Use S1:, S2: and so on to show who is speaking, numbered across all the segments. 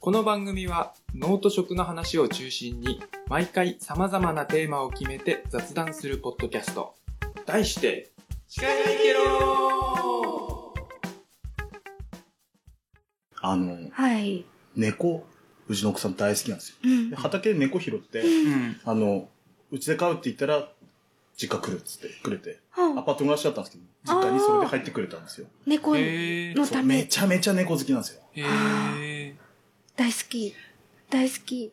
S1: この番組は脳と食の話を中心に毎回様々なテーマを決めて雑談するポッドキャスト。題して、近いけろ
S2: あの、
S3: はい。
S2: 猫、うちの奥さん大好きなんですよ。
S3: うん
S2: で。畑で猫拾って、
S1: うん。
S2: あの、うちで飼うって言ったら、実家来るっつってくれて、ア
S3: あ
S2: パート暮らしだったんですけど、実家にそれで入ってくれたんですよ。
S3: 猫
S1: へー
S3: の
S2: そ
S3: た
S2: うめ
S3: め
S2: ちゃめちゃ猫好きなんですよ。
S1: へー。
S3: 大好き。大好 き。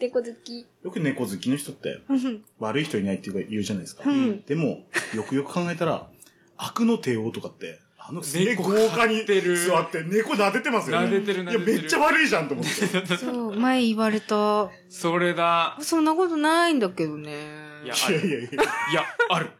S3: 猫好き。
S2: よく猫好きの人って、
S3: うん。
S2: 悪い人いないっていうか言うじゃないですか
S3: う。ん。
S2: でも、よくよく考えたら、悪の帝王とかって、あのすげえ豪
S1: 猫
S2: 華
S1: 飼
S2: に
S1: ってる
S2: 座って猫撫でてますよね。
S1: 撫でてる撫でてる
S2: いや、めっちゃ悪いじゃんと 思って。
S3: そう、前言われた。
S1: それだ。
S3: そんなことないんだけどね。
S1: いや、あ
S2: いや
S1: る。
S2: いやいや。
S1: いや、ある。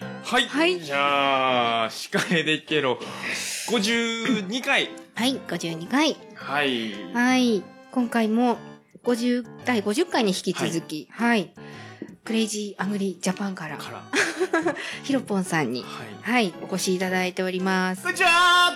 S1: はい。
S3: はい
S1: じゃあ、司会でいけろ。52回。
S3: はい、52回。
S1: はい。
S3: はい。今回も、50、第50回に引き続き、はい。クレイジーアグリジャパンから、
S1: から。は
S3: ヒロポンさんに、
S1: い。
S3: はい、お越しいただいております
S1: こん。にちは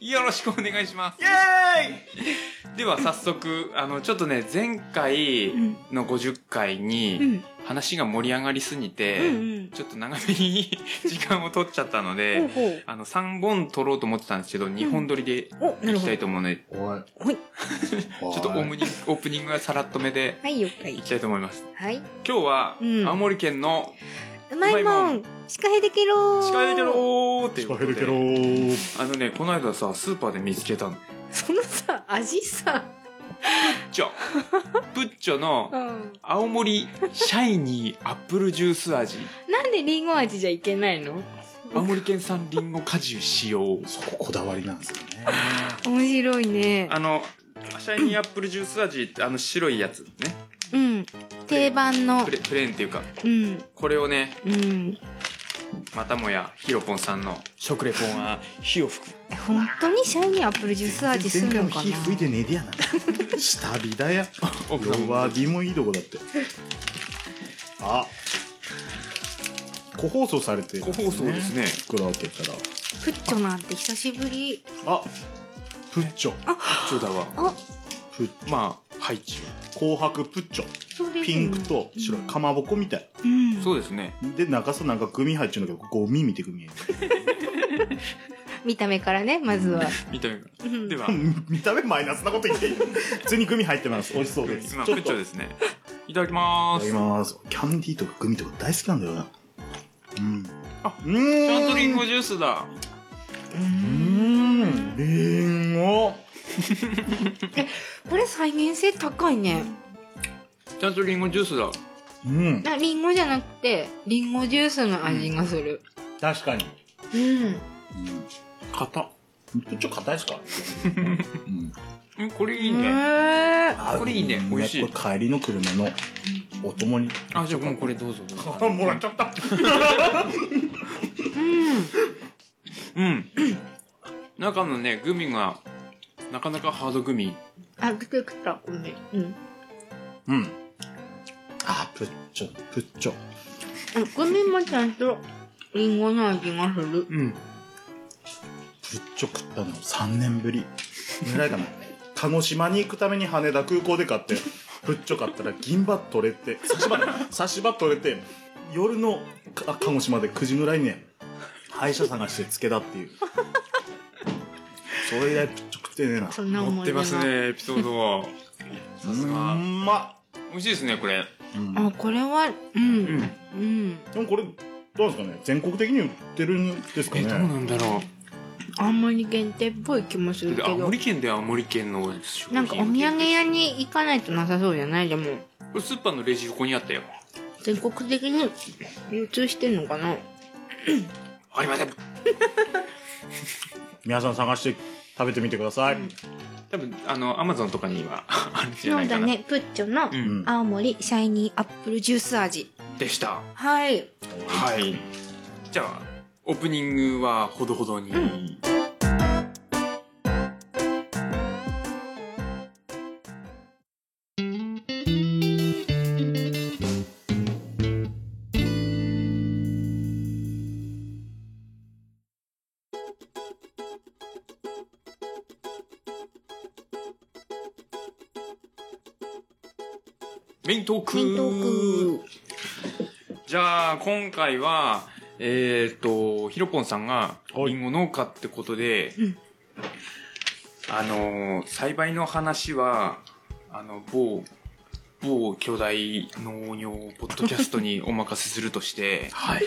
S1: よろしくお願いします。イェーイでは早速、あの、ちょっとね、前回
S3: うん。
S1: の50回
S3: う
S1: に
S3: ん。
S1: 話が盛り上がりすぎ
S3: う
S1: て、
S3: ん。
S1: ちょっと長めに時間を取っちゃったの
S3: うん。ほう
S1: で、
S3: ほう。
S1: あの、3本取ろうと思ってたんですけど、2本撮りで
S3: お、なる
S1: い
S3: ほ
S1: き
S3: ど
S1: た。いと思うので、
S2: おい。
S3: ほい。
S2: おい
S1: ちょっとオープニングオープニングはさらっとめで
S3: はい、了解
S1: い。きたいと思います。
S3: はい。
S1: 今日は、
S3: うん
S1: 青森県の、
S3: うまいも
S1: うまいも
S3: ん司会できろー
S1: 近いでけろーっていうこ
S2: 近
S1: と
S2: いだけど
S1: で、
S2: ー。
S1: あのね、この間さ、スーパーで見つけたの。
S3: そのさ、味さ。
S1: プッチ ョ。プッチョの、
S3: うん。
S1: 青森シャイニーアップルジュース味
S3: なんでリンゴ味じゃいけないの
S1: 青森県産りんご果汁使用
S2: そここだわりなんですよね。
S3: 面白いね。
S1: あのシャイニーアップルジュース味ってあの白いやつね
S3: うん。定番の
S1: プ。レプレーンっていうか
S3: うん。
S1: これをね
S3: うん。
S1: またもやヒロポンさんの食レポンは火を吹く
S3: 本当にシャイニーアップルジュース味するのかな
S2: 前回も火吹いてねえでや な下火だや
S1: 奥さん
S2: 弱火もいいとこだって あ個包装されてるん
S1: 個包装ですね
S2: 袋開けたら
S3: プッチョなんて久しぶり。
S2: あプッチョ
S1: ちょうだわ
S3: あ、
S2: プッ
S1: まあハイチ
S2: 紅白プッチョ
S3: それでも
S2: ピンクと白いかまぼこみたい
S3: うん。
S1: そうですね
S2: で中さなんかグミ入っちゃうんだけどゴミ見てグミ
S3: 見た目からね、まずは。
S1: 見た目か
S3: う
S1: ら
S3: ん
S1: では
S2: 見た目マイナスなこと言っていい普通にグミ入ってます美味しそうです
S1: 今プ
S2: ちょっ
S1: ッチ
S2: と
S1: ョ
S2: い
S1: ですねいただきま
S2: た
S1: ー
S2: だ
S1: す
S2: きますキャンディーとかグミとか大好きなんだよなうん
S1: あ
S2: うーん
S1: ちゃんとりんごジュースだ
S2: うん、りんご。
S3: これ再現性高いね。
S1: ちゃんとりんごジュースだ
S2: うん、
S3: なリンゴじゃなくて、リンゴジュースの味がする。
S2: 確かに。
S3: うん。
S1: 硬っ
S2: ちょっと硬いですか。うん、
S1: うんこれい
S3: い
S1: いね
S3: ね。
S1: これいいね美味しい
S2: これ帰りの車のお供に。
S1: あじゃあもうこれどうぞどうぞ
S2: あ、もらっちゃった。
S3: うん。
S1: うん。中のね、グミが、なかなかハードグミ。
S3: あ、出てきた、ごめん。うん。
S2: うん。あ、プッチョ、プッチョ。
S3: ごめんもちゃんと、リンゴの味がする。
S1: うん。
S2: プッチョ食ったの三 年ぶり。ぐらいかな。鹿児島に行くために羽田空港で買って、プッチョ買ったら銀歯取れて、差し歯、差し歯取れて、夜のか鹿児島で9時ぐらいにね、歯医者探してつけだっていう。それ以来プッチョ食ってねえな。
S3: そんな
S1: 持
S3: 思
S1: っ
S3: い
S1: て
S3: 出が
S1: ます。ね、エピソード。さす
S2: う
S1: が。
S2: んま
S1: 美味しいですね、これ。
S2: うん
S3: あ、これは、う。
S1: うんん。え、
S3: うん。
S2: でもこれ、どうなんですかね全国的に売ってるんですか
S1: どうな
S2: ね
S1: んだろ
S3: 青森限定っぽい気もす
S1: う。
S3: るけ
S1: だって青
S3: ど
S1: 森。県では青森県の商品
S3: なんかお土産屋に行かないとなさそうじゃないでも、
S1: これスーパーのレジ横にあったよ。
S3: 全国的に流通してんのかな
S1: ありません。
S2: 皆さん探して食べてみてください。
S1: 多分、あの、アマゾンとかにはあるんじゃ
S3: そ
S1: な
S3: う
S1: い
S3: だ
S1: かな。
S3: ね、プッチョの
S1: う
S2: うん
S1: ん。
S3: 青森シャイニーアップルジュース味。
S1: でした。
S3: はい。
S1: はい。じゃあ、オープニングはほどほどに。
S3: うん
S2: 「
S1: メイントーク
S3: メイントーク。
S1: じゃあ、今回は、えっ、と、ひろぽんさんが、
S2: はい
S1: りんご農家ってことで、
S3: うん
S1: あのー、栽培の話は、あの、某、某巨大農業ポッドキャストにお任せするとして、
S2: はい。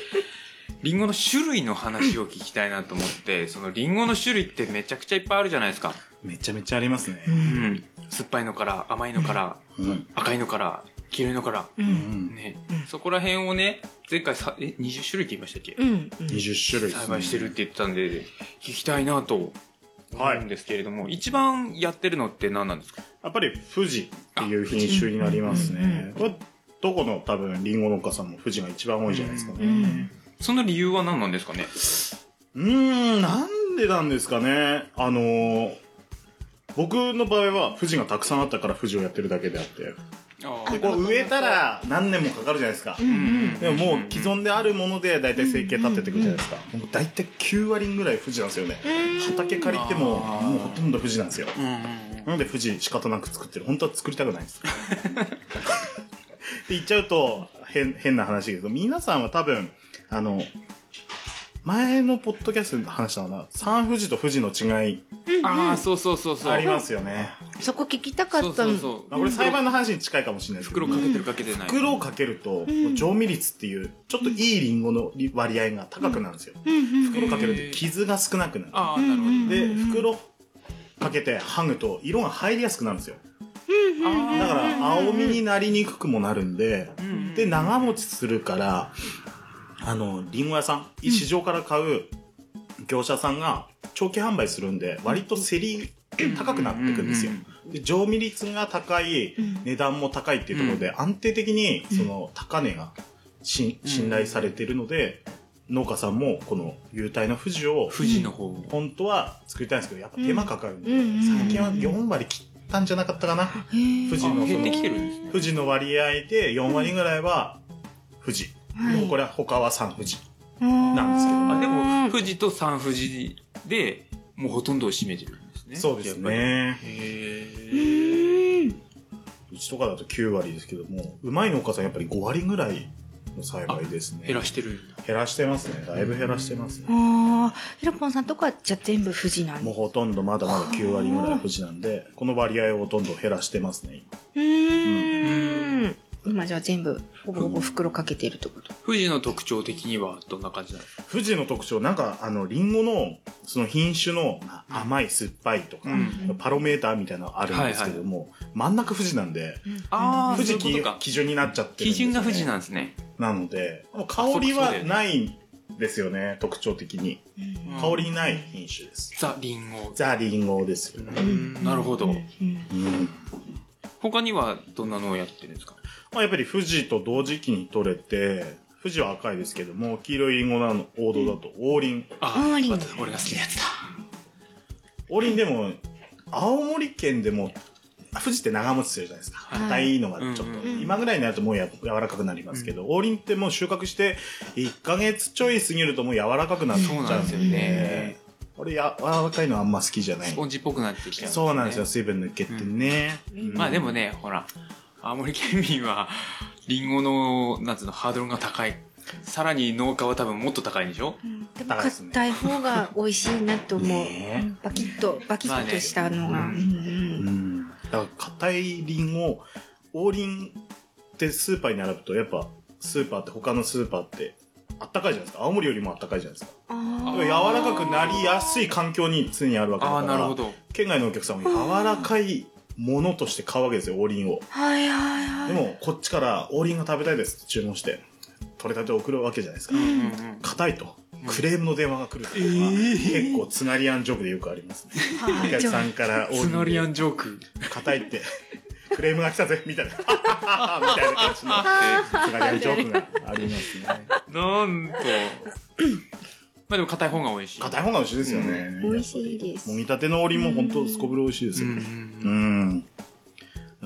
S1: りんごの種類の話を聞きたいなと思って、そのりんごの種類ってめちゃくちゃいっぱいあるじゃないですか。
S2: めちゃめちゃありますね
S3: う。。
S1: うんん。酸っぱいのから、甘いのから、
S2: うん。
S1: 赤いのから、黄色いのから、
S3: う。
S2: うんん。
S1: ね
S3: うん、
S1: そこら辺をね、前回さ、え、20種類って言いましたっけ
S3: うん。
S2: 20種類。
S1: 栽培してるっ。て言ってたんで、聞きたいなと思うんですけれども、一番やってるのって何なんですか
S2: やっぱり富士っていう品種になりますね。これどこの多分リンゴ農家さんも富士が一番多いじゃないですか
S3: う
S2: ね。
S3: ん。
S1: その理由は何なんですかね
S2: うーん、なんでなんですかね。あのー僕の場合は富士がたくさんあったから富士をやってるだけであって。
S1: あ
S2: で、こう植えたら何年もかかるじゃないですか。
S3: うん。
S2: でももう既存であるもので大体生計立てていくじゃないですか。もう大体9割ぐらい富士なんですよね。畑借りても、
S1: あー
S2: もうほとんど富士なんですよ。
S1: うんうん
S2: なので富士仕方なく作ってる。本当は作りたくないんで す。って言っちゃうと変、変な話だけど、皆さんは多分、あの、前のポッドキャストで話したのかな、三富士と富士の違い
S1: うんああそうそうそうそう
S2: ありますよね。
S3: そこ聞きたか
S1: そ
S3: っ
S1: う
S3: た
S1: そう
S3: の。
S1: そう
S2: まあ、これ栽培の話に近いかもしれないですけど、
S1: 袋かけてるかけてない
S2: 袋をかけると、調味率っていう、ちょっといいリンゴの割合が高くなるんですよ。
S3: うんうん。
S2: 袋かけると傷が少なくなる。
S1: ああなるほど
S2: で、袋かけて剥ぐと色が入りやすくなるんですよ。
S1: あー
S2: だから青みになりにくくもなるんで、
S1: うんうん
S2: で、長持ちするから、あの、りんご屋さん、市場から買う業者さんが長期販売するんで、割と競り高くなっていくんですよ
S1: うん。
S2: で、常味率が高い、値段も高いっていうところで、安定的にその高値がし信頼されているので、農家さんもこの優待の富士を
S1: 富士の方を
S2: 本当は作りたいんですけどやっぱ手間かかるんで、
S3: うんうん
S2: 最近は4割切ったんじゃなかったかな、富士
S1: あ
S2: のそ
S1: 減ってき
S2: の
S1: てるんですね
S2: 富士の割合で4割ぐらいは富士、
S3: はい
S2: もうこれは他は3富士
S3: なん
S2: ですけど
S1: あでも富士と三富士でもうほとんどを占めてるんですね
S2: そうですね
S1: へ
S3: うん
S2: うちとかだと9割ですけどもうまい農家さんやっぱり5割ぐらいの栽培ですね
S1: 減らしてる
S2: 減らしてますねだいぶ減らしてますね
S3: ああ、ひろぽんさんとかはじゃあ全部富士なん
S2: もう
S3: だ。
S2: ほとんどまだまだ9割ぐらい富士なんで、この割合をほとんど減らしてますね、今
S3: うーん。今じゃあ全部、ほぼほぼ袋かけてるってこと。
S1: 富士の特徴的にはどんな感じなんですか
S2: 富士の特徴、なんか、あの、リンゴの、その品種の、まあ甘い、酸っぱいとか、
S1: うん
S2: パロメーターみたいなのあるんですけども、真ん中富士なんで、
S1: あー
S2: 富士
S1: そういう
S2: 基
S1: ことか
S2: 基準になっちゃってるん
S1: 基
S2: ですよ
S1: 準
S2: ね、
S1: が富士なんですね
S2: なので、香り
S1: あそっかそうだ
S2: は
S1: よね
S2: ないんですよね、特徴的に。
S3: うん
S2: 香りない品種です。
S1: ザ・リンゴ
S2: ザ・リンゴですよね。
S1: うんなるほど
S3: う
S2: う
S3: ん
S2: ん
S1: 他にはどんなのをやってるんですか
S2: まあ、やっぱり富士と同時期に取れて、富士は赤いですけども、黄色いリンゴなの王道だと王林。
S1: あ
S3: あリンゴ
S1: 私俺が好きなやつだ
S2: 王林でも、青森県でも、富士って長持ちするじゃないですか。
S1: はい
S2: 硬いのがちょっ
S1: うん
S2: と、
S1: うん
S3: うん
S2: 今ぐらいになるともうや柔らかくなりますけど、王林ってもう収穫して1ヶ月ちょい過ぎるともう柔らかくなっちゃ
S1: そううん
S2: です
S1: な
S2: よ
S1: んですよ
S2: ね
S1: ね。
S2: 俺や柔らかいのあんま好きじゃない
S1: ス。ポンジっぽくなってきちゃう
S2: そうなんですよ、水分抜けてね。うん
S1: まあでもねほら青森県民はリンゴのなんつうのハードルが高いさらに農家は多分もっと高いんでしょ
S3: でも
S2: 高いですね
S3: 硬い方が美味しいなと思う
S2: ねえ
S3: うん。バキッと、バキッとしたのが。
S1: まあ
S3: う
S1: ね
S2: うんんだから硬いリンゴ王林ってスーパーに並ぶとやっぱスーパーって他のスーパーってあったかいじゃないですか青森よりもあったかいじゃないですか
S3: うんあ
S2: 柔らかくなりやすい環境に常にあるわけだ
S1: ああ
S2: か
S1: なる
S2: ら
S1: ほど
S2: 県外のお客さんも柔らかいものとして買うわけですよ王林を
S3: ーはいはいは
S2: で
S3: い。
S2: もこっちから王林が食べたいですって注文して取れたて送るわけじゃないですか
S1: うんうん
S2: 硬いとクレームの電話が来るとか、結構つなりアンジョブでよくありますね
S3: は
S2: お
S3: い、
S2: 客さ
S3: じ
S2: んから王
S1: つ
S2: 林
S1: なりアンジョーク
S2: 硬いってクレームが来たぜみたいなみたいな感じの
S1: あ
S2: つながりジョークがありますね
S1: って なんとまあでも硬い方が美味しい
S2: 硬い方が美味しいですよね、
S3: ん美味しいです
S2: もぎたての王林も本当すこぶる美味しいです
S1: う
S2: よ
S1: んう
S2: ねうんん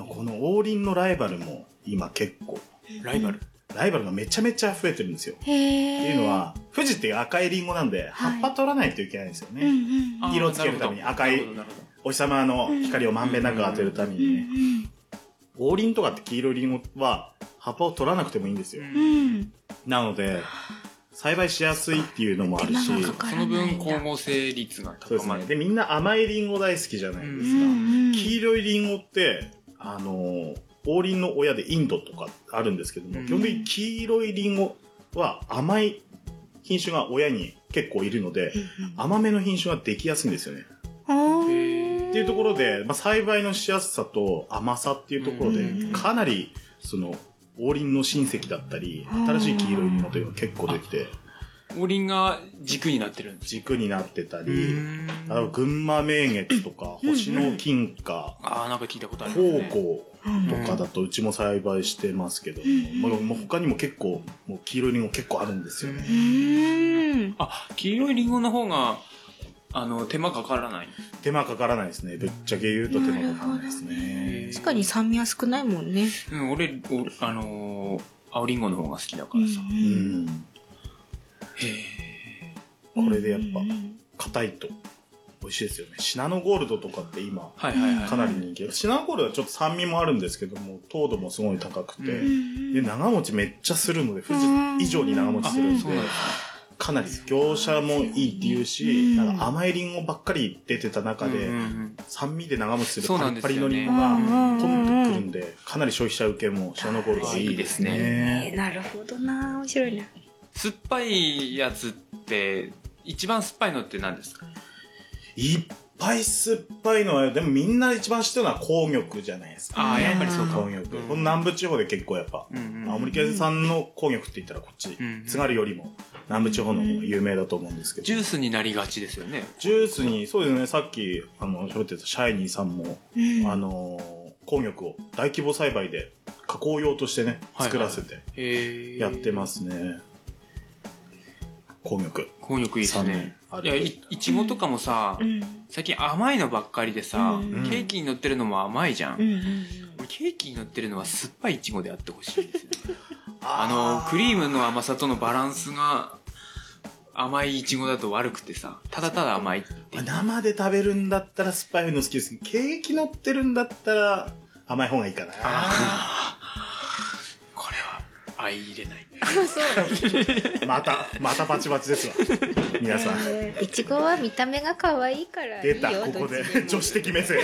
S2: この王林のライバルも今結構
S1: うんライバル
S2: ライバルがめちゃめちゃ増えてるんですよ
S3: ゃへえ。
S2: っていうの、は富士っていう赤いリンゴなんで
S3: はい
S2: 葉っぱ取らないといけないんですよ
S3: うんう
S2: ね、
S3: ん
S1: あー
S2: 色をつけるために赤い
S1: なるほどなるほど
S2: お日様の光をまんべんなく当てるため
S3: うんう
S2: にね
S3: ん
S2: 王林とかって黄色いリンゴは葉っぱを取らなくてもいいんですよ、
S3: う
S1: うん
S3: ん。
S2: なので栽培しやすいっていうのもあるし
S3: 手間がかか
S1: そ
S3: らな
S1: の
S3: いんだ
S1: 分光合成率が
S2: そうで
S1: 高
S2: す
S1: ま
S2: ね
S1: る
S2: でみんな甘いリンゴ大好きじゃないです
S3: う
S2: か、
S3: んうん
S2: 黄色いリンゴってあのー王林の親でインドとかあるんですけども、
S1: うん
S2: 基本的に黄色いリンゴは甘い品種が親に結構いるので、甘めの品種ができやすいんですよね。
S3: うんうんあー
S1: へー
S2: っていうところで、まあ、栽培のしやすさと甘さっていうところで、
S3: うん
S2: かなりその王林の親戚だったり
S3: うん
S2: 新しい黄色いものというのが結構できて
S1: 王林が軸になってるんです
S2: 軸になってた
S1: う
S2: り、
S1: ん
S2: あの群馬名月とか
S3: うん
S2: 星の金貨
S1: ああなんか聞いたことある
S2: 宝
S1: ね
S2: 庫
S3: うん
S2: とかだとうちも栽培してますけど
S3: うん
S2: も、まあ、他にも結構もう黄色いりんご結構あるんですよね。
S3: うん
S1: あ黄色いリンゴの方があの手間かからない
S2: 手間かからないですねぶっちゃけ言うと手間かからないです
S1: へ
S2: ね
S1: ー。
S3: 確かに酸味は少ないもんね。
S1: うん俺おあのー青リンゴの方が好きだからさ、
S2: う
S3: うん
S2: ん
S3: うん
S2: これでやっぱ
S3: うんうん
S2: 硬いと美味しいですよねシナノゴールドとかって今
S1: はいはいはい
S2: かなり人気シナノゴールドはちょっと酸味もあるんですけども糖度もすごい高くて、
S1: う
S2: で長持ちめっちゃするので富
S3: うん
S2: 士以上に長持ち
S1: あ
S2: す
S1: そう
S2: る
S1: なん
S2: ん
S1: で
S2: です
S1: ね
S2: かなり業者もいいっていう
S3: う
S2: し
S3: ん
S2: なんか甘いりんごばっかり出てた中で、
S1: うんうんうん
S2: 酸味で長持ちする
S1: そう
S2: パ
S1: なんで
S2: リ
S1: す
S2: パ
S1: よね
S2: リのりんご
S3: う
S2: が
S3: ん
S2: ポ
S3: うん
S2: ン
S3: うん
S2: とくるんでかなり消費者受けもシナノゴールドはいいですね
S1: あいいです
S3: えーなるほどな面白いな。
S1: 酸っぱいやつって一番酸っぱいのって何ですか
S2: いっぱい酸っぱいのはでもみんな一番知ってるのは紅玉じゃないですか、
S1: ああやっぱりそうか
S2: 紅玉、この南部地方で結構やっぱ
S1: うんうん
S2: 青森県産の紅玉って言ったらこっち、
S1: うん
S2: 津軽よりも南部地方の方が有名だと思うんですけど、
S1: ジュースになりがちですよね
S2: ジュースにそうですねさっきあの喋ってたシャイニーさんも、
S3: うん
S2: あのー紅玉を大規模栽培で加工用としてね
S1: はいはい
S2: 作らせて
S1: へえ
S2: やってますね、紅玉
S1: 紅玉いいですね
S2: 酸
S1: い
S2: 味あ
S1: や
S2: る
S1: いいちごとかもさ、
S3: うん
S1: 最近甘いのばっかりでさ、
S3: うん
S1: ケーキに乗ってるのも甘いじゃん、
S3: うんうんうん
S1: 俺ケーキに乗ってるのは酸っぱいいちごであってほしいんですよねあ
S2: あ
S1: のクリームの甘さとのバランスが甘いいちごだと悪くてさただただ甘いっていう
S2: 生で食べるんだったら酸っぱいの好きですけどケーキ乗ってるんだったら甘い方がいいかな
S1: あー これは相入れない
S2: またまたパチパチですわ皆さん
S3: えーいちごは見た目が可愛いからいいよ
S2: 出たここで
S3: どっちも
S2: 女子的目線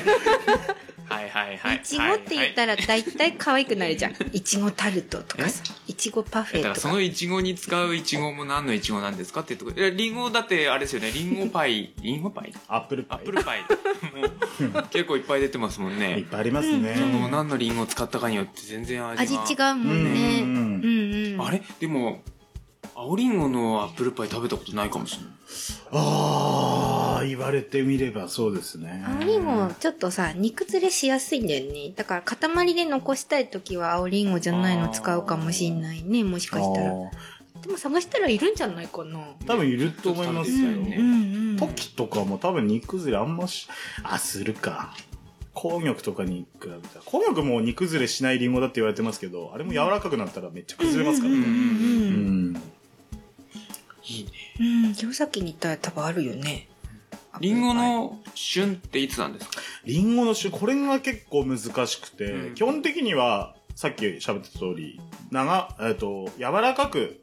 S1: はいはいはい
S3: いちごって言った
S1: ら
S3: ら大体可愛くなるじゃん。いちごタルトとかさ、いちごパフ
S1: だか
S3: ェ
S1: ら
S3: と
S1: そ
S3: か。
S1: のいちごに使ういちごも何のいちごなんですかっていうとこいやりんごだってあれですよねりんごパイりんごパイ
S2: アップル
S1: ア
S2: パイ
S1: ップルパイもう結構いっぱい出てますもん
S2: いっ
S1: ね
S2: ぱいありますね、
S1: もう何のりんごを使ったかによって全然味
S3: 味違
S1: が
S3: うもんね。
S2: う
S3: うんんうん。
S1: あれでも青りんごのアップルパイ食べたことないかもしれない
S2: ああ言われてみればそうですね
S3: 青りんごちょっとさ、煮崩れしやすいんだよね。だから塊で残したい時は青りんごじゃないの使うかもしんないね。もしかしたら。
S2: あー
S3: でも探したらいるんじゃないかな。
S2: 多分いると思います
S1: ち
S2: よ
S1: ょっと食べてみたいね
S3: うんうん。
S2: ポキとかも多分煮崩れあんましあするか紅玉とかに比べたら紅玉も煮崩れしないりんごだって言われてますけどあれも柔らかくなったらめっちゃ崩れますから
S3: う
S2: ね
S3: んうん
S2: う
S3: うん
S2: ん
S1: いいね
S3: うん、弘前に行ったら多分あるよね。
S1: りんごの旬っていつなんですか
S2: りんごの種これが結構難しくて、
S1: うん
S2: 基本的にはさっき喋った通り長えっと柔らかく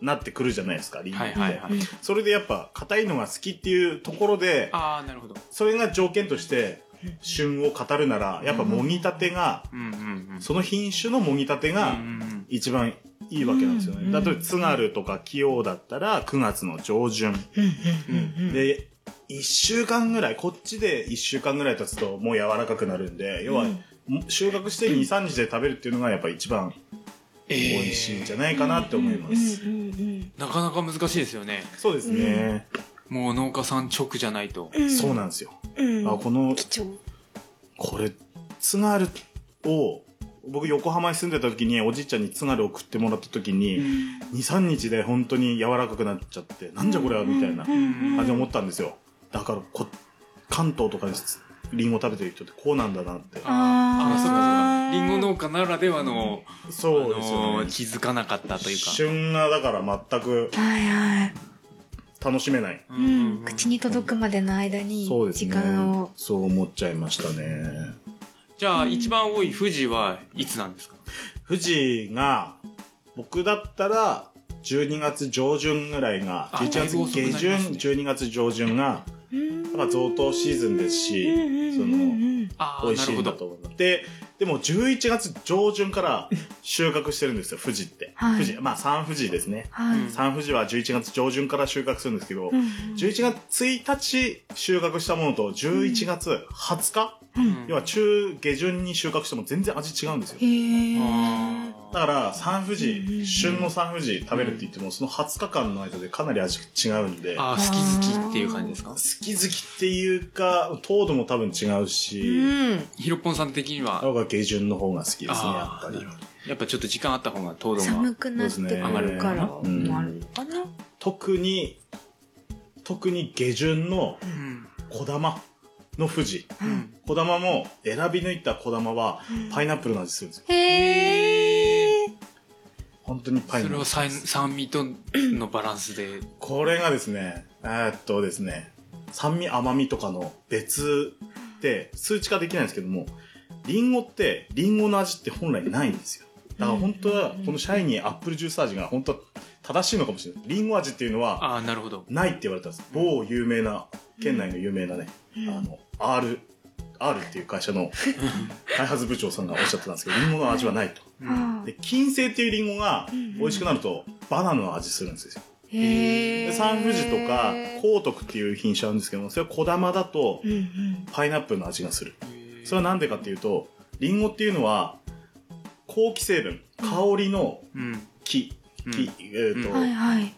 S2: なってくるじゃないですかりんごって、
S1: はいはいはい
S2: それでやっぱ硬いのが好きっていうところで
S1: ああなるほど
S2: それが条件として
S3: うん
S2: 旬を語るならやっぱもぎたてが、
S1: うんうんうん
S2: その品種のもぎたてが
S1: うんうん
S2: 一番いいわけなんですよね、
S3: うん
S2: 例えば津軽とか紀王だったら9月の上旬
S3: うんうんうんうん。
S2: で1週間ぐらいこっちで1週間ぐらい経つともう柔らかくなるんで要は
S3: うん
S2: 収穫して23日で食べるっていうのがやっぱ一番
S1: え
S2: 美味しいんじゃないかなって思います、
S3: うんうんうん
S1: なかなか難しいですよね
S2: そうですね、
S1: もう農家さん直じゃないと
S3: うん。
S2: そうなんですよ、
S3: うん。
S2: あこの
S3: 貴重。
S2: これ津軽を僕横浜に住んでた時におじいちゃんに津軽を食ってもらった時に、23日で本当に柔らかくなっちゃってなんじゃこれはみたいな
S3: うんうんうん
S2: 感じで思ったんですよだからこ関東とかでりんご食べてる人ってこうなんだなって
S1: あ
S3: あー
S1: あそうかそうかりんご農家ならではの、あ
S2: そうですよ
S1: の
S2: ね
S1: 気づかなかったというか
S2: 旬がだから全く
S3: はいはい。
S2: 楽しめない
S3: うん。口に届くまでの間に
S2: そうです
S3: 時
S2: ね
S3: 間を。
S2: そう思っちゃいましたね
S1: じゃあ、一番多い富士はいつなんですか
S2: 富士が僕だったら12月上旬ぐらいが
S1: あ
S2: 11月下
S1: だいぶ遅くなり
S2: 旬、
S1: ますね
S2: 12月上旬がまあ贈答シーズンですしその
S1: ああ、
S2: 美味
S1: な
S2: し
S1: る
S2: い
S1: ほ
S2: んだ
S1: ど。
S2: と思うででも11月上旬から収穫してるんですよ富士って、
S3: はい
S2: 富士まあ三富士ですね
S3: はい
S1: うん
S2: 三富士は11月上旬から収穫するんですけど、
S3: うん
S2: 11月1日収穫したものと11月20日、
S3: うん
S2: 要は中下旬に収穫しても全然味違うんですよ
S3: へー
S2: だから、三富
S3: うんう
S2: 士、
S3: ん
S2: 旬の三富士食べるって言っても、その20日間の間でかなり味違うんで、好
S1: ああ、好き好きっていう感じですか
S2: き好きっていうか、糖度も多分違うし、
S3: うん
S1: ヒロポンさん的には、
S2: 青が下旬の方が好きですね、や
S1: あ
S2: っ
S1: ー
S2: ぱり
S1: な。るほどやっぱちょっと時間あった方が糖度が。
S3: 寒くなってくるからもあるのかな
S2: 特に、特に下旬の
S1: うん。
S2: 小玉の富士。
S1: うん。
S2: 小玉も、選び抜いた小玉は
S3: うん、
S2: パイナップルの味するんですよ。
S3: へえ
S2: 本当にパイ
S1: そ
S2: ナップ
S1: れ
S2: ル
S1: を。酸酸味とのバランスで。
S2: これがですね、えーっとですね、酸味甘みとかの別って数値化できないんですけども、リンゴって、リンゴの味って本来ないんですよ。だから本当は、このシャイニーアップルジュース味が本当は正しいのかもしれない。リンゴ味っていうのは、
S1: ああ、なるほど。
S2: ないって言われたんです。某有名な、県内の有名なね、あの、R、R っていう会社の開発部長さんがおっしゃってたんですけど、リンゴの味はないと。
S1: うん
S2: で、金星っていうリンゴが美味しくなると、バナナの味するんですよ。
S3: へ
S2: で
S3: え
S2: 三富士とか光徳っていう品種あるんですけどもそれは小玉だと
S3: うんうん
S2: パイナップルの味がするそれはなんでかっていうとリンゴっていうのは好気成分香りの
S1: うん。
S2: 木
S1: うん
S2: 木、えっ、と、
S1: う
S3: はいはい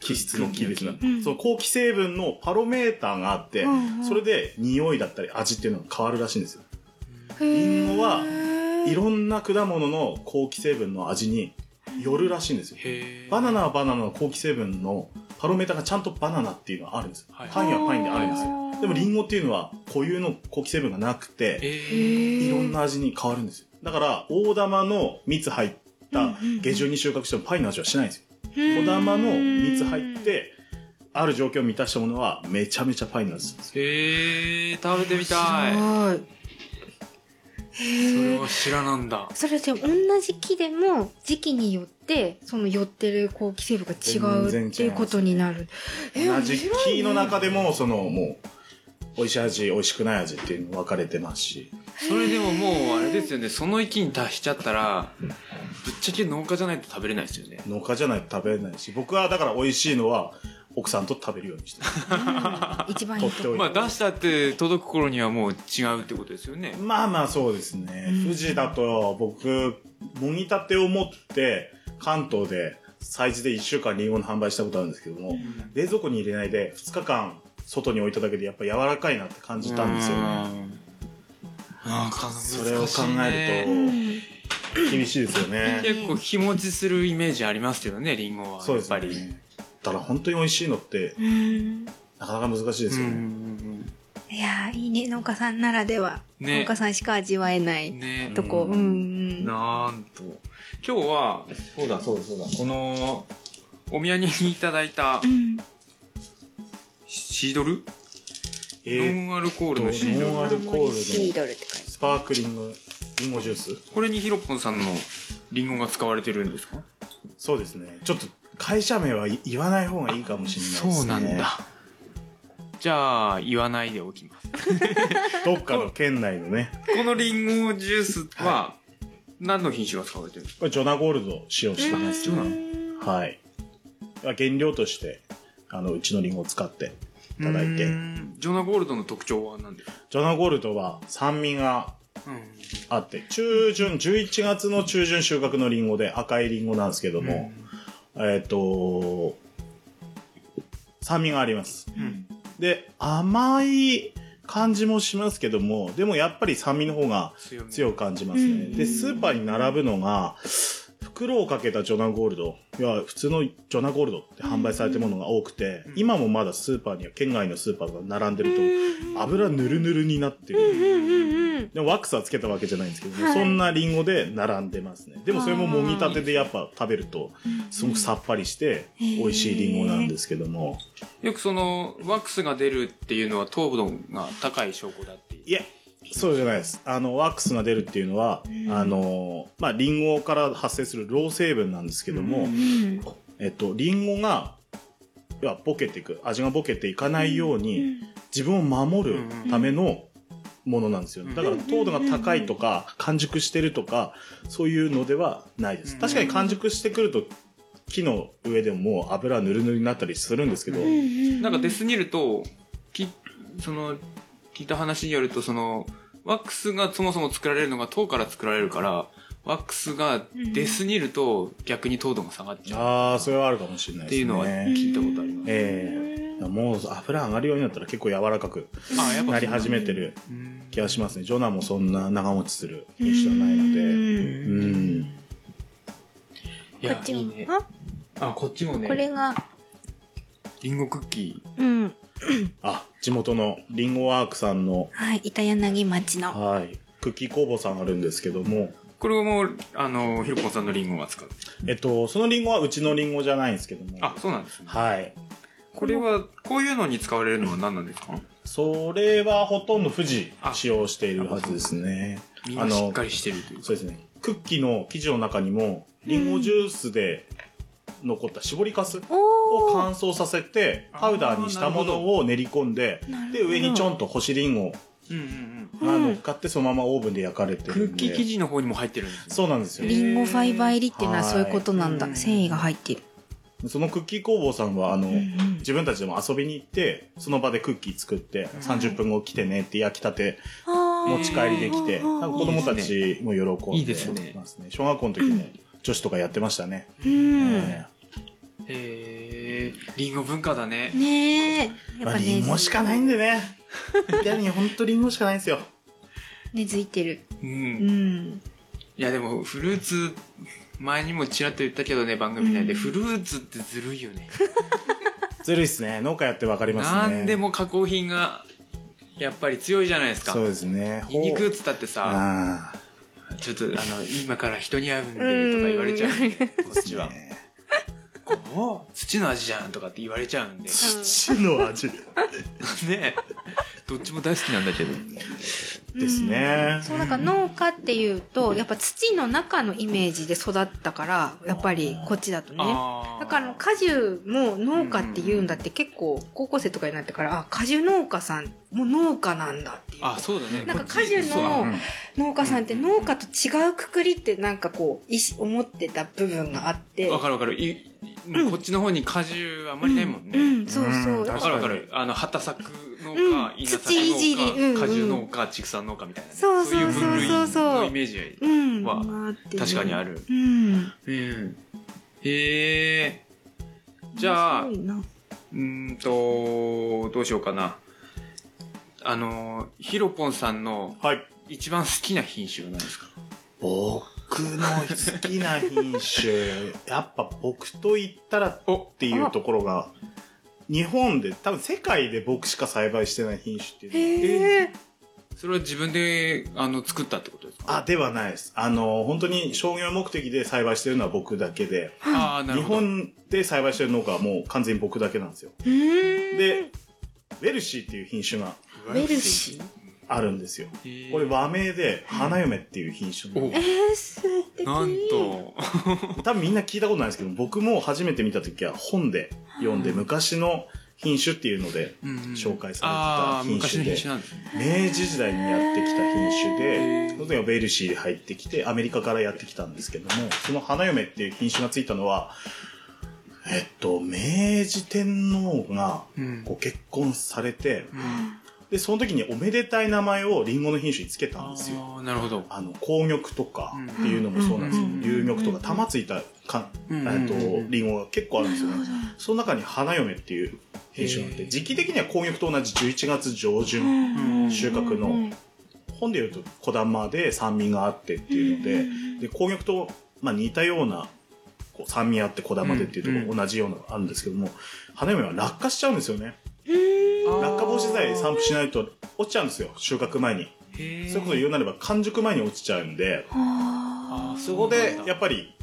S2: 気質の木ですね、
S3: うん
S2: その好気成分のパロメーターがあって、
S3: うんうん
S2: それで匂いだったり味っていうのが変わるらしいんですよ
S3: リ
S2: ンゴはいろんな果物の好気成分の味によるらしいんですよ
S1: へえ。
S2: バナナはバナナの好気成分のパロメーターがちゃんとバナナっていうのはあるんです。
S1: はい
S2: パインはパインであるんです
S3: あ
S2: よ
S3: ー。
S2: でもリンゴっていうのは固有の好気成分がなくて、
S1: ええ。
S3: い
S2: いろんな味に変わるんですよ。だから、大玉の蜜入った下旬に収穫してもパインの味はしないんですよ。小玉の蜜入って、ある状況を満たしたものはめちゃめちゃパインの味するんですよ。
S1: へえ、食べてみたい。
S3: はい
S1: そ
S3: へ
S1: れ
S3: え
S1: は知らなんだ。
S3: それで同じ木でも時期によってその寄ってる好奇成分が違うっていうことになるえ
S2: 同じ
S3: 面白い
S2: 木
S3: ね
S2: の中でも、そのもう、美味しい味、美味しくない味っていうの分かれてますし。
S1: それでももう、あれですよね、その域に達しちゃったら、ぶっちゃけ農家じゃないと食べれないですよね。
S2: 農家じゃないと食べれないし僕はだから美味しいのは奥さんと食べるようにしてる
S3: うん一番いい
S2: とっ
S3: と
S2: ておい
S1: まあ出したって届く頃にはもう違うってことですよね。
S2: まあまあそうですね、
S3: うん
S2: 富士だと僕もぎたてを持って関東で催事で1週間リンゴの販売したことあるんですけども、冷蔵庫に入れないで2日間外に置いただけでやっぱ柔らかいなって感じたんですよね
S1: ね。なんか難しい
S2: そ
S1: ね
S2: れを考えると厳しいですよ ね
S1: 結構日持ちするイメージありますけどね、リンゴは。
S2: そうです
S1: やっぱり。
S2: ねだから本当に美味しいのって
S3: うん
S2: なかなか難しいです
S1: うん
S2: よ
S1: う
S2: ね、
S1: ん
S3: いやーいいね農家さんならでは、
S1: ね
S3: 農家さんしか味わえな
S1: うん
S3: い
S1: ね
S3: とこ、
S2: うん
S3: うんうん
S1: なんと。今日は、そうだそうだそうだ、この、お土産にいただいた
S3: うん
S1: シードル、
S2: えーっ
S1: ノンアルコー
S2: と
S1: ルのシードル。
S2: ノンアルコ
S3: シ
S2: ール
S3: ー
S2: の
S3: ドルって書いて
S2: スパークリングリンゴジュース
S1: これにヒロポンさんのリンゴが使われてるんですか
S2: そうですね。ちょっと会社名は言わない方がいいかもしれないですね。
S1: そうなんだ。。じゃあ、言わないでおきます。
S2: どっかの県内のね、
S1: このリンゴジュースは、何の品種が使われてるんですか
S2: これジョナゴールドを使用してます。
S1: そうな
S2: はい。原料として、あの、うちのリンゴを使っていただいて。
S1: うんジョナゴールドの特徴は何ですか
S2: ジョナゴールドは酸味が
S1: う
S2: あって、中旬、11月の中旬収穫のリンゴで赤いリンゴなんですけども、えっ、と、酸味があります。
S1: ん。
S2: で、甘い感じもしますけども、でもやっぱり酸味の方が
S1: 強め。
S2: 強く感じますね。
S3: うん
S2: で、スーパーに並ぶのが、袋をかけたジョナゴールド、いや、普通のジョナゴールドって販売されてるものが多くて、
S1: ん
S2: 今もまだスーパーには、県外のスーパーが並んでると、油ぬるぬるになってる。
S3: うんうんうん
S2: でもワックスはつけたわけじゃないんですけども、
S3: はい
S2: そんなリンゴで並んでますね。でもそれももぎたてでやっぱ食べると、すごくさっぱりして、美味しいリンゴなんですけども。
S1: よくその、ワックスが出るっていうのは糖度が高い証拠だって。
S2: いや、そうじゃないですあのワックスが出るっていうのは、
S3: うん
S2: あのまあリンゴから発生する老成分なんですけども、
S1: うん
S3: うん
S2: えっとリンゴが要はボケていく味がボケていかないように、自分を守るためのものなんですよ、
S1: うん
S2: だから糖度が高いとか完熟してるとかそういうのではないで
S1: う
S2: す
S1: ん
S2: 確かに完熟してくると木の上でももう油ぬるぬるになったりするんですけど、
S1: う
S3: うん
S1: なんか出すぎると、き、その、聞いた話によると、その、ワックスがそもそも作られるのが糖から作られるから、ワックスが出すぎると逆に糖度が下がっちゃう。
S2: ああそれはあるかもしれない
S1: っ
S2: で
S1: てい
S2: す
S1: うのは
S2: ね
S1: 聞いたことあります。
S2: ええもう油上がるようになったら結構柔らかく
S1: あ、やっぱ
S2: なり始めてる
S1: うん
S2: 気がしますねジョナもそんな長持ちする品種はないので
S1: うん
S2: うん
S1: い
S3: こ
S1: や
S3: っ、ち
S1: い
S3: も
S1: いね。
S3: あ
S1: あ、こっちも
S3: これ
S1: ね、
S3: が
S1: リンゴクッキ
S3: うん
S2: あ地元のリンゴワークさんの
S3: はい板柳町の
S2: はいクッキー工房さんあるんですけども
S1: ー。これも、あの、ひろこさんのリンゴが使う。
S2: えっと、そのリンゴはうちのリンゴじゃないんですけども。
S1: あ、そうなんですね。
S2: はい。
S1: これは、こういうのに使われるのは何なんですか
S2: それはほとんど富士
S1: あ
S2: 使用しているはずですね。
S1: 身がしっかりしてるという。
S2: そうですね。クッキーの生地の中にも、リンゴジュースで残った絞りかすを
S3: おお
S2: 乾燥させて、パウダーにしたものを練り込んで、で、上にちょんと干しリンゴ
S1: うんうんうん。
S2: が乗っかって、そのままオーブンで焼かれて
S1: ク
S2: る
S1: ッ
S2: ん
S1: キ
S2: で。
S1: ー生地の方にも入ってるんですね
S2: そうなんですよ。
S3: リンゴファイバー入りっていうのはそういうことなん
S1: は
S3: だ
S1: い
S3: 繊維が入ってる
S2: そのクッキー工房さんは、あの、
S3: うん
S2: 自分たちでも遊びに行って、その場でクッキー作って、30分後来てねって焼きたて
S3: あー
S2: 持ち帰りできて、
S3: うんうんうん
S2: なんか子供たちも喜んで
S1: いいですね
S2: ますね。小学校の時も女子とかやってましたね。
S3: うん
S2: え
S1: へえリンゴ文化だね
S3: ねえ
S2: え
S3: やっ
S2: まあ
S3: ぱ
S2: リ
S3: ね
S2: ンゴしかないんでね。イタリアに本当リンゴしかないんですよ。
S3: 根付いてる
S1: うん、
S3: う
S1: い
S3: ん
S1: やでもフルーツ前にもちらっと言ったけどね番組内で、
S3: うん
S1: フルーツってずるいよね
S2: ずるいっすね。農家やってわかりますね。
S1: 何でも加工品がやっぱり強いじゃないですか
S2: そうですね。
S1: ニンニクっつったってさ
S2: ああ。
S1: ちょっとあの今から人に会うんでとか言われちゃうんでこっちは
S2: ね
S1: こう土の味じゃんとかって言われちゃうんで
S2: 土の味
S1: ねどっちも大好きなんだけど
S2: ですね。
S3: そうなんか農家っていうとやっぱ土の中のイメージで育ったからやっぱりこっちだとね
S1: あー
S3: だからあの果樹も農家って言うんだって結構高校生とかになってからあ果樹農家さんも農家なんだっていう
S1: あそうだね
S3: なんか
S1: こっち
S3: 果樹の
S1: そうあ
S2: うん
S3: 農家さんって農家と違うくくりってなんかこう意識思ってた部分があって
S1: わかるわかるいいこっちの方に果汁あんまりないもんね、
S3: うん、うんそうそう
S2: うん
S1: わ
S2: 確
S1: かるわ
S2: に
S1: かる。あの、畑作農
S3: う
S1: 家、
S3: ん
S1: 稲作
S3: 土いじりうんう
S1: 農家、
S3: ん
S1: 果樹農家、畜産農家みたいなね。
S3: そうそう
S1: いう分類
S3: そうそう
S1: のイメージ
S3: うん
S1: は
S3: まあっていう
S1: 確かにある。
S3: うん
S1: うん。へえ。じゃあ、
S3: 面
S1: う
S3: 白いな
S1: ーんと、どうしようかな。あの、ヒロポンさんの
S2: はい。
S1: 一番好きな品種は何ですか
S2: 僕の好きな 品種やっぱ僕と言ったらっ
S1: お
S2: ていうところが日本で多分世界で僕しか栽培してない品種っていうの
S3: へえ
S1: それは自分で、あの、作ったってことですか
S2: あではないですあの本当に商業目的で栽培してるのは僕だけで
S1: ああー、な
S2: 日
S1: るほど。
S2: 本で栽培してる農家はもう完全に僕だけなんですよでウェルシーっていう品種が
S3: ウェルシー
S2: あるんですよ
S1: へー
S2: これ和名で花嫁っていう品種なん
S1: お
S2: で
S3: えー、素敵
S1: なんと。
S2: 多分みんな聞いたことないですけど僕も初めて見た時は本で読んで昔の品種っていうので
S1: うんうん
S2: 紹介
S1: あ
S2: さ
S1: あ、
S2: れてた
S1: 昔の
S2: 品
S1: 品
S2: 種
S1: 種なんですね。
S2: で明治時代にやってきた品種
S1: へー
S2: でその時はベルシーで入ってきてアメリカからやってきたんですけどもその花嫁っていう品種がついたのはえっと明治天皇が
S1: うん
S2: ご結婚されて
S1: うん
S2: でその時におめでたい名前をリンゴの品種につけたんですよ。
S1: あーなるほど。
S2: あの紅玉とか
S1: うん
S2: っていうのもそうなんです
S1: うん
S2: けど、流玉とか玉ついたか、
S1: うんうんうん
S2: えっとリンゴが結構あるんですよ
S3: な
S2: ね
S3: るほど。
S2: その中に花嫁っていう品種があっ
S1: へ
S2: て、
S1: ー
S2: 時期的には紅玉と同じ11月上
S3: う
S2: 旬、
S3: ん
S2: 収穫の本でいうと小玉で酸味があってっていうので、で紅玉とまあ似たようなこう酸味あって小玉でっていうとこ
S1: う
S2: ろ同じようなのがあるんですけども、花嫁は落下しちゃうんですよね。
S1: あー
S2: 落下防止剤散布しないと落ちちゃうんですよ、収穫前に。
S1: へー
S2: そういうこと言うなれば完熟前に落ちちゃうんで、
S3: あ
S1: あー
S2: そこで
S1: うなんだ
S2: やっぱり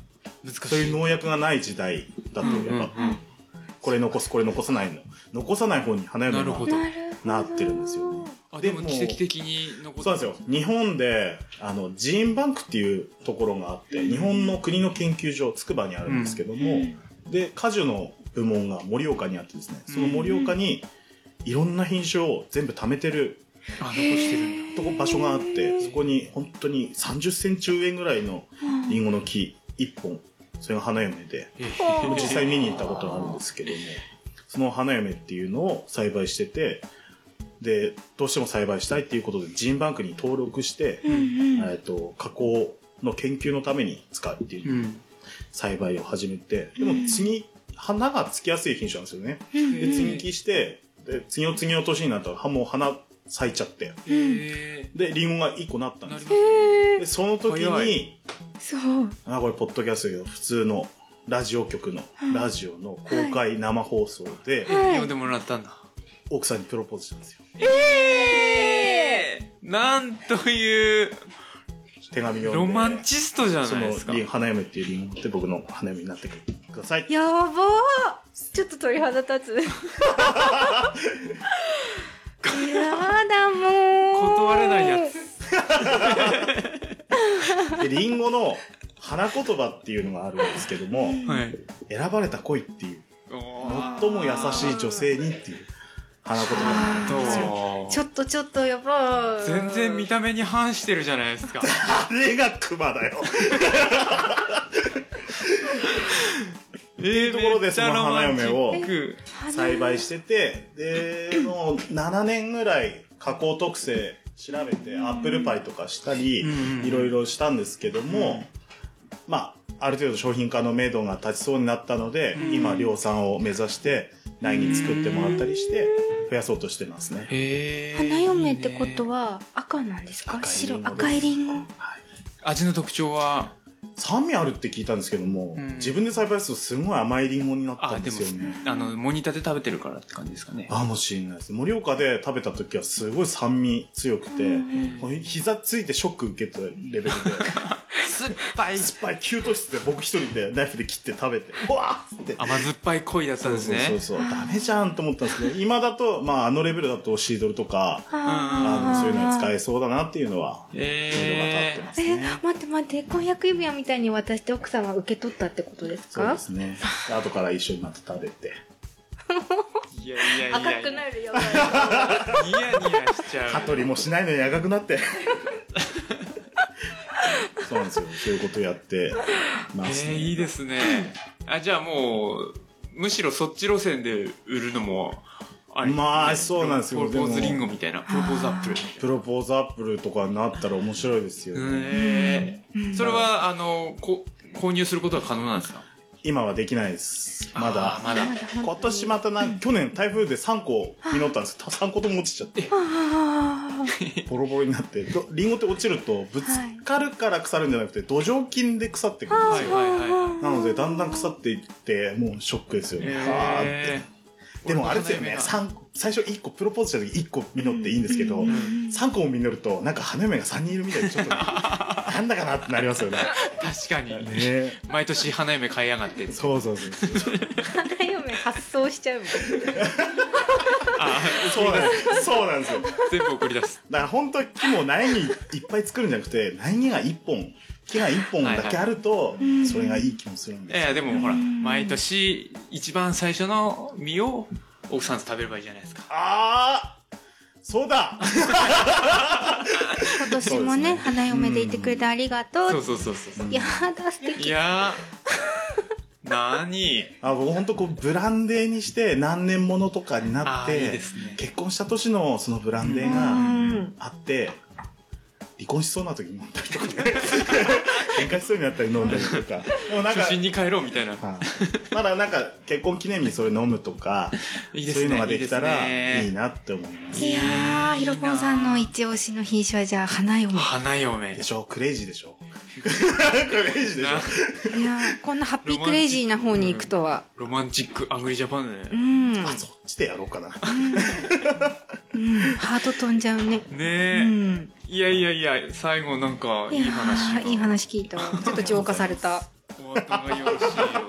S1: 難しい。
S2: そういう農薬がない時代だとやっぱ
S1: うんうん
S2: これ残すこれ残さないの残さない方に花
S1: な
S2: 嫁
S1: る
S2: が
S1: ほ
S3: ー
S1: ど。
S3: なるほど
S2: なってるんですよね
S1: あでも
S2: でも
S1: 奇跡的に残っ
S2: そうなんですよ日本であのジーンバンクっていうところがあって日本の国の研究所つくばにあるんですけども、で果樹の部門が盛岡にあってですねその盛岡にいろんな品種を全部貯めてる
S1: あ残してるんだ
S2: とこ場所があってそこに本当に30センチ上ぐらいのリンゴの木1本それが花嫁で
S1: え
S2: で
S1: ー
S2: も実際見に行ったことがあるんですけどもその花嫁っていうのを栽培しててでどうしても栽培したいっていうことでジーンバンクに登録して、えっと加工の研究のために使うっていううん栽培を始めてでも次花がつきやすい品種なんですよね。
S1: うん
S2: で接ぎ木してで次の次の年になったらもう花咲いちゃって
S1: え
S2: でリンゴが1個なった
S1: ー
S2: ん
S1: な
S2: で
S1: り
S2: す
S1: ます
S2: よ
S1: ね
S2: でその時
S1: 早
S2: に
S3: そう。
S2: あこれポッドキャストだけど普通のラジオ局の
S3: い
S2: ラジオの公開生放送で
S3: はい
S1: 読んでもらったんだ
S2: 奥さんにプロポーズしたんですよ
S1: なんという
S2: 手紙読んで
S1: ロマンチストじゃ
S2: そ
S1: ないですか
S2: のリン花嫁っていうリンゴ持って僕の花嫁になってください
S3: やばーちょっと鳥肌立つ。やだもん。
S1: 断れないやつ。
S2: でリンゴの花言葉っていうのがあるんですけども
S1: はい
S2: 選ばれた恋っていう
S1: 最
S2: 最も優しい女性にっていう花言葉なんですよ
S3: ちょっとちょっとやばい。
S1: 全然見た目に反してるじゃないです か
S2: あれがクマだよ
S1: えー
S2: ところでその花嫁を
S1: めっちゃロマンチック
S3: 花
S2: 栽培しててでもう7年ぐらい加工特性調べてアップルパイとかしたり
S1: うんうん
S2: いろいろしたんですけども、まあある程度商品化の明度が立ちそうになったので、
S1: うん
S2: 今量産を目指して来に作ってもらったりして増やそうとしてますね。
S1: へえ
S3: 花嫁ってことは赤なんですか
S2: 赤いリ
S3: 白
S2: ンゴです
S3: 赤いリンゴ
S2: はい
S1: 味の特徴は
S2: 酸味あるって聞いたんですけども、
S1: うん
S2: 自分で栽培するとすごい甘いリンゴになった
S1: あ
S2: んで
S1: です
S2: よね。
S1: もあのモニターで食べてるからって感じですか ね
S2: かもしれないです盛岡で食べた時はすごい酸味強くて、
S1: ん
S2: もう膝ついてショック受けたレベルで
S1: 酸っぱい
S2: 酸っぱい給湯室で僕一人でナイフで切って食べてうわーっつって
S1: 甘酸っぱい恋だったんですね
S2: そうそうそうダメじゃんと思ったんですけど今だと、まあ、あのレベルだとシードルとかあのそういうのに使えそうだなっていうのは色が立っ
S1: え
S2: てます
S3: え
S2: ね、
S3: 待って待って婚約指輪みたいに渡して奥さんは受け取ったってことです
S2: そう
S3: か
S2: ですねで後から一緒になって食べて
S1: ー、いやいやいや
S3: 赤くなるよ
S1: ニヤニヤしち ゃう
S2: 蚊取りもしないのに赤くなって そうなんですよそういうことやってます
S1: え
S2: ね、
S1: ー、いいですねあじゃあもうむしろそっち路線で売るのもあり
S2: まあそうなんですよ
S1: プロポーズ
S2: でも
S1: リンゴみたいなプロポーズアップルみたいな
S2: プロポーズアップルとかになったら面白いですよね、
S1: へーそれはあのこ購入することは可能なんですか
S2: 今はできないですま
S1: あ
S2: だ
S1: ーまだ
S2: 今年またなんか去年台風で3個実ったんですけど3個とも落ちちゃって
S3: あ
S2: ボロボロになってどリンゴって落ちるとぶつかるから腐るんじゃなくて土壌菌で腐ってくるんで
S1: は
S2: す
S1: い
S2: よ、
S1: はいはいはい
S2: なのでだんだん腐っていってもうショックですよね、はーって
S1: えー
S2: でもあれですよね、三最初1個プロポーズした時1個実っていいんですけど、3個も実ると、なんか花嫁が3人いるみたいで、ちょっ と、なんだかなってなりますよね。
S1: 確かに、
S2: ね
S1: 毎年花嫁買いやがって
S2: そうそうそうそう。
S3: 花嫁発想しちゃうもん
S1: あ
S2: そうなんですそうなんですよ。だか
S1: 全部送り出 す
S2: ら本当木も苗木いっぱい作るんじゃなくて、苗木が1本、木が1本だけあると、それがいい気もするん
S1: い
S2: です
S1: やい
S2: よ。
S1: やでもほら毎年一番最初の実を奥さんと食べればいいじゃないですか
S2: あーそうだ
S3: 今年もね花嫁でいてくれてありがとう
S1: そうそうそうそう
S3: やだ素
S1: い
S3: 敵
S1: やー何
S2: あ僕本当こうブランデーにして何年ものとかになっ
S1: あーいい
S2: て
S1: ですね
S2: 結婚した年のそのブランデー
S3: う
S2: が
S3: ん
S2: あって離婚しそうな時に飲んだりとか ね喧嘩しそうになったり飲んだりとかでもなんか
S1: 初心に帰ろうみたいな
S2: はいまだなんか結婚記念日にそれ飲むとか
S1: いいですね
S2: そういうのができた
S1: い
S2: ら
S1: いですね
S2: いいなって思います
S3: いやーひろぽんさんの一押しの品種はじゃあ花嫁
S1: 花嫁
S2: でしょクレイジーでしょ クレイジーでしょ
S1: ない
S3: やーこんなハッピークレイジーな方に行くとは
S1: ロマンチックアングリージャパン
S3: う
S1: ね
S3: ん、
S2: あそっちでやろうかな
S3: うん、ハート飛んじゃうね
S1: ね
S3: う
S1: え、
S3: ん
S1: いやいやいや最後なんかいい
S3: や
S1: 話が
S3: ーいい話聞いたわちょっと浄化された
S1: お後がよろしいよ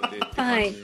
S1: うでって感じで、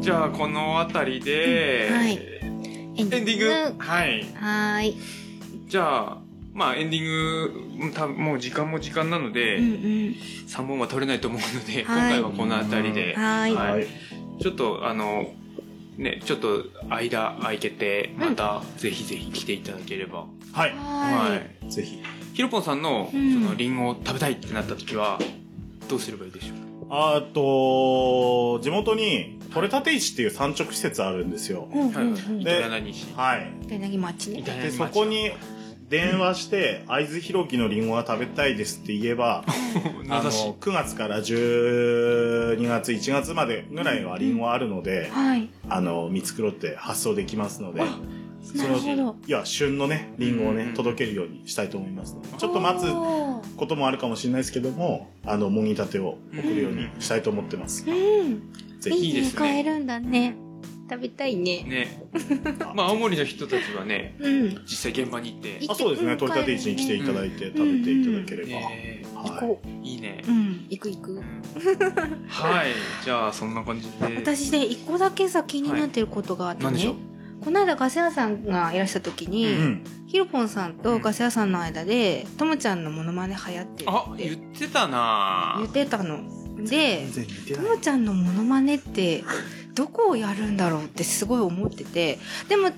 S1: じゃあこの辺りで、
S3: うんはいエ
S1: エンディングはい
S3: はーい。
S1: じゃあまあエンディングうん多分もう時間も時間なので、
S3: うん
S1: 3本は取れないと思うので、今
S3: はい
S1: 回はこの辺りで
S3: うん。はーい。
S1: はい
S2: はい
S1: ちょっとあのねちょっと間空いててまたぜひぜひ来ていただければ、
S2: はい
S3: は
S2: ぜひ
S1: ひろぽんさんの
S3: う
S1: そ
S3: ん
S1: のリンゴを食べたいってなった時はどうすればいいでしょう
S2: あと地元に取れたて市っていう産直施設あるんですよ
S3: い。うん
S1: か、
S3: うんうん。
S1: はい、虎何市
S2: はい
S3: 柳町ね。
S1: 板
S2: で
S1: 柳町
S2: そこに電話して会津ひろきのりんごが食べたいですって言えば
S1: 名
S2: あの
S1: 指し
S2: 9月から12月1月までぐらいはりんごあるので、
S3: はい。
S2: あの見繕って発送できますので
S3: あ
S2: そ
S3: なる
S2: の
S3: ほど。
S2: いや旬のねりんごをね、
S1: うん
S2: 届けるようにしたいと思いますのでちょっと待つ
S3: おー
S2: こともあるかもしれないですけどもあのもぎたてを送るようにしたいと思ってます、
S3: うん。
S2: ぜひ
S1: いい
S3: いい
S1: で
S3: ね。
S1: すね
S3: 買えるんだね。食べたいね。
S1: ねまあ青森の人たちはね
S3: うん。
S1: 実際現場に行って
S3: い
S2: あそうです
S3: う
S2: ね
S3: ん
S2: 取り立て市に来ていただいて食べていただければ、
S1: ね
S3: 行
S2: はい
S3: こ
S1: いいね
S3: う。うん。行く行く。
S1: はいじゃあそんな感じで
S3: 私ね、一個だけさ気になってることがあって
S1: 何でしょ
S3: ね
S1: う。
S3: この間ガス屋さんがいらした時
S2: う
S3: に、
S2: ん
S3: ヒロポンさんとガス屋さんの間で、ともちゃんのモノマネ流行ってる
S1: あ
S3: っ
S1: 言
S3: て
S1: ってたな
S3: 言ってたの。で、
S2: 全然似て
S3: と
S2: ない
S3: もちゃんのモノマネってどこをやるんだろうってすごい思っててでも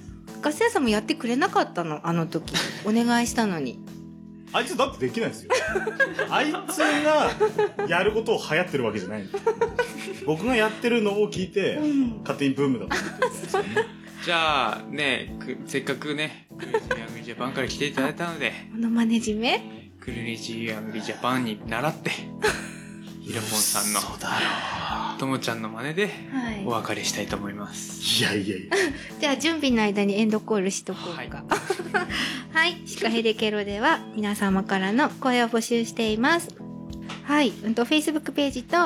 S3: ガス屋さんもやってくれなかったのあの時お願いしたのに
S2: あいつだってできないですよ あいつがやることを流行ってるわけじゃない僕がやってるのを聞いて、
S3: ん
S2: 勝手にブームだと思ってるんですよね
S1: じゃあねくせっかくねクルージーヤングジャパンから来ていただいたので
S3: モノマネ締め
S1: クルージーヤングジャパンに習 ってヒロポンさんの
S2: そうだろ
S1: ともちゃんの真似で
S3: はい
S1: お別れしたいと思います
S2: いやいやいや
S3: じゃあ準備の間にエンドコールしとこうか。
S1: はい
S3: はい、シカヘデケロでは皆様からの声を募集しています。はい、うんと Facebook ページと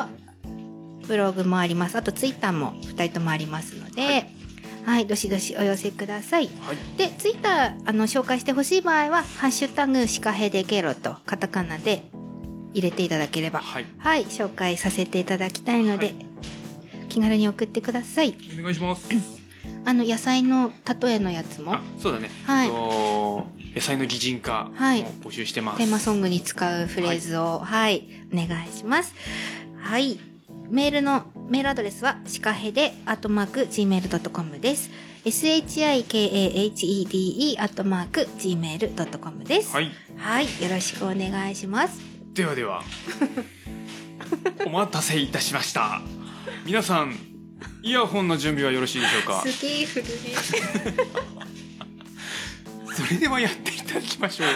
S3: ブログもあります。あと Twitter も2人ともありますので、はい、どしどしお寄せください。
S1: はい
S3: で、Twitter あの紹介してほしい場合は、ハッシュタグシカヘデケロとカタカナで入れていただければ、
S1: はい
S3: はい、紹介させていただきたいので、
S1: はい
S3: 気軽に送ってください。
S1: お願いします
S3: あの野菜の例えのやつも
S1: あそうだね、
S3: はい
S1: えっと野菜の擬人化も
S3: はい
S1: 募集してます、
S3: テーマソングに使うフレーズをはい、お願いしますはいメールのメールアドレスはシカヘデアットマーク gmail.com です shikahede アットマーク gmail.com です
S1: は
S3: はい、
S1: い
S3: よろしくお願いします
S1: ではで はお待たせいたしました皆さんイヤホンの準備はよろしいでしょうか
S3: げえ古い
S1: それではやっていただきましょう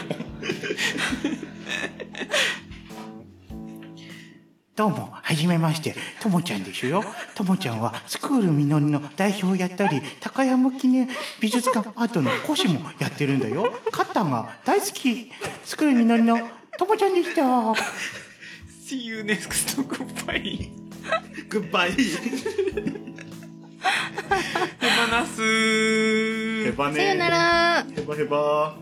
S4: どうも、はじめまして、ともちゃんですよ。ともちゃんは、スクールみのりの代表をやったり、高山記念美術館アートの講師もやってるんだよ。カッタンが大好き。スクールみのりのともちゃんでした。
S1: See you next goodbye
S2: グッバイ
S1: 手放す
S2: ヘバね
S3: さよなら
S2: ヘバヘバ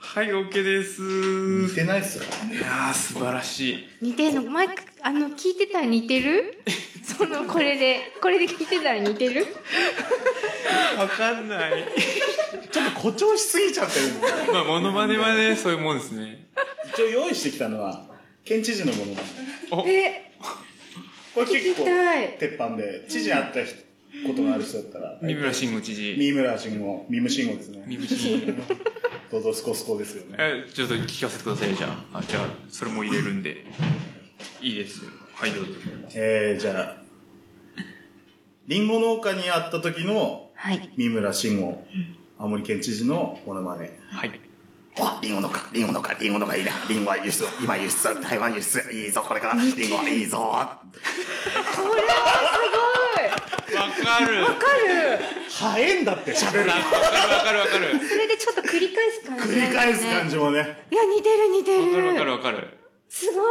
S1: はい OK です
S2: 似てないっすよ
S1: いやー素晴らしい
S3: 似てるのマイクあの聞いてたら似てるそのこれでこれで聞いてたら似てる
S1: わかんない
S2: ちょっと誇張しすぎちゃってるんで
S1: まあモノマネはねそういうもんですね
S2: 一応用意してきたのは県知事のものなんです
S3: え
S2: これ結構
S3: 聞きたい
S2: 鉄板で知事に会った人ことがある人だったら
S1: 三村慎吾知事
S2: 三村慎吾三村慎吾です
S1: 三
S2: ね
S1: 村慎吾
S2: どうぞスコスコですよね
S1: えちょっと聞かせてくださいよじゃああじゃあそれも入れるんでいいですよはいどうぞ
S2: えー、じゃありんご農家に会った時の
S3: はい
S2: 三村慎吾青森県知事のモノマネ
S1: はい
S5: あ、リンゴのか、リンゴのか、リンゴのかいいな。リンゴは輸出、今輸出、台湾輸出、いいぞ、これから、リンゴはいいぞ。
S1: わかるわか
S2: 早えんだって喋
S1: る
S2: る
S1: わかるわかる
S3: それでちょっと繰り返す感じ、
S2: 繰り返す感じもね
S3: いや、似てる似て
S1: わかるわか
S3: る。
S1: るわかる
S3: すごい。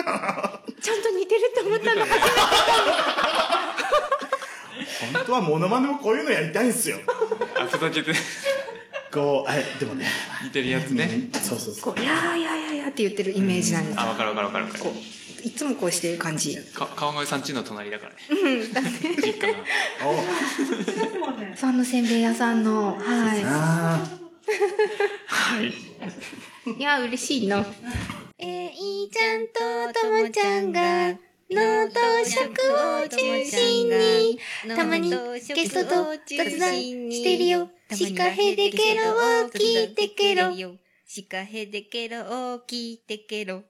S3: ちゃんと似てるって思ったの初めてかも。
S2: 本当はモノマネもこういうのやりたいんすよ
S1: あそだけで
S2: こうはいでもね
S1: 似てるやつね
S2: そうそうそう
S3: こう、いやーいやいやいやって言ってるイメージなんです
S1: あ分かる分かる分かる分か
S3: こう、いつもこうしてる感じ。
S1: るか川越さんちの隣だからね実家が
S3: そのせんべい屋さんの、は
S2: あ
S1: はい
S3: い。いやー、嬉しいの。えー、いいちゃんとともちゃんが、脳と食を中心に、たまにゲストと雑談してるよ。シカヘデケロを聞いてケロ。
S6: シカヘデケロを聞いてケロ。